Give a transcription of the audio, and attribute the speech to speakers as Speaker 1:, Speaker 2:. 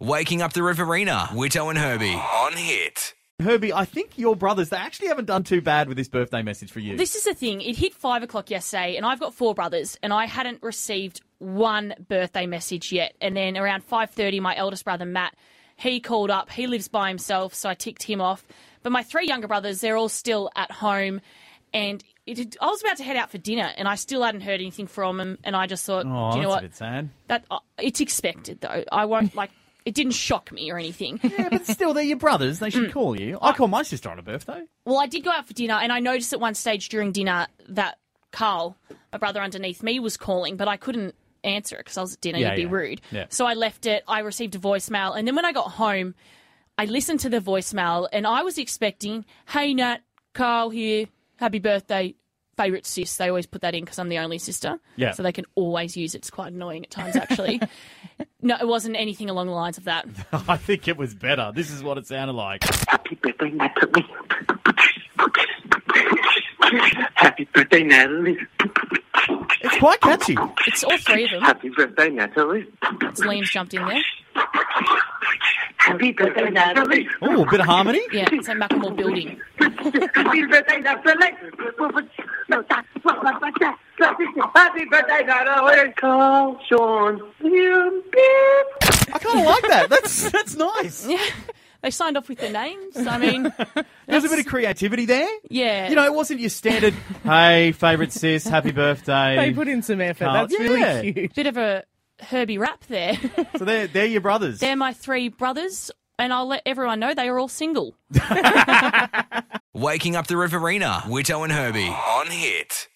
Speaker 1: Waking Up the Riverina, Witto and Herbie on Hit.
Speaker 2: Herbie, I think your brothers, they actually haven't done too bad with this birthday message for you.
Speaker 3: This is the thing. It hit five o'clock yesterday, and I've got four brothers, and I hadn't received one birthday message yet. And then around five thirty, my eldest brother Matt, he called up. He lives by himself, so I ticked him off. But my three younger brothers, they're all still at home, and it, I was about to head out for dinner, and I still hadn't heard anything from them. And I just thought,
Speaker 2: oh,
Speaker 3: do you
Speaker 2: that's
Speaker 3: know what?
Speaker 2: a bit sad.
Speaker 3: That uh, it's expected though. I won't like. It didn't shock me or anything.
Speaker 2: Yeah, but still, they're your brothers. They
Speaker 3: Mm.
Speaker 2: should call you. I call my sister on her birthday.
Speaker 3: Well, I did go out for dinner, and I noticed at one stage during dinner that Carl, my brother underneath me, was calling, but I couldn't answer it because I was at dinner.
Speaker 2: Yeah,
Speaker 3: You'd be
Speaker 2: yeah.
Speaker 3: rude.
Speaker 2: Yeah.
Speaker 3: So I left it. I received a voicemail, and then when I got home, I listened to the voicemail, and I was expecting, "Hey Nat, Carl here, happy birthday." Favorite sis, they always put that in because I'm the only sister,
Speaker 2: Yeah.
Speaker 3: so they can always use it. It's quite annoying at times, actually. no, it wasn't anything along the lines of that.
Speaker 2: I think it was better. This is what it sounded like.
Speaker 4: Happy birthday, Natalie. Happy birthday, Natalie.
Speaker 2: It's quite catchy. Oh,
Speaker 3: It's all three of them.
Speaker 4: Happy birthday, Natalie.
Speaker 3: It's Liam's jumped in there.
Speaker 4: Happy birthday, Natalie.
Speaker 2: Oh, a bit of harmony.
Speaker 3: Yeah, it's like Macklemore building.
Speaker 4: Happy birthday, Natalie. Happy birthday, Natalie. Call Sean. You beep.
Speaker 2: I kind of like that. That's that's nice.
Speaker 3: Yeah. They signed off with their names. I mean,
Speaker 2: There's a bit of creativity there.
Speaker 3: yeah.
Speaker 2: You know, it wasn't your standard. hey, favourite sis, happy birthday.
Speaker 5: They put in some effort.
Speaker 2: Carl-
Speaker 5: That's
Speaker 2: Yeah.
Speaker 5: really cute.
Speaker 3: bit of a Herbie rap there.
Speaker 2: so they're they're your brothers.
Speaker 3: They're my three brothers, and I'll let everyone know they are all single.
Speaker 1: Waking Up the Riverina, Witto and Herbie on Hit.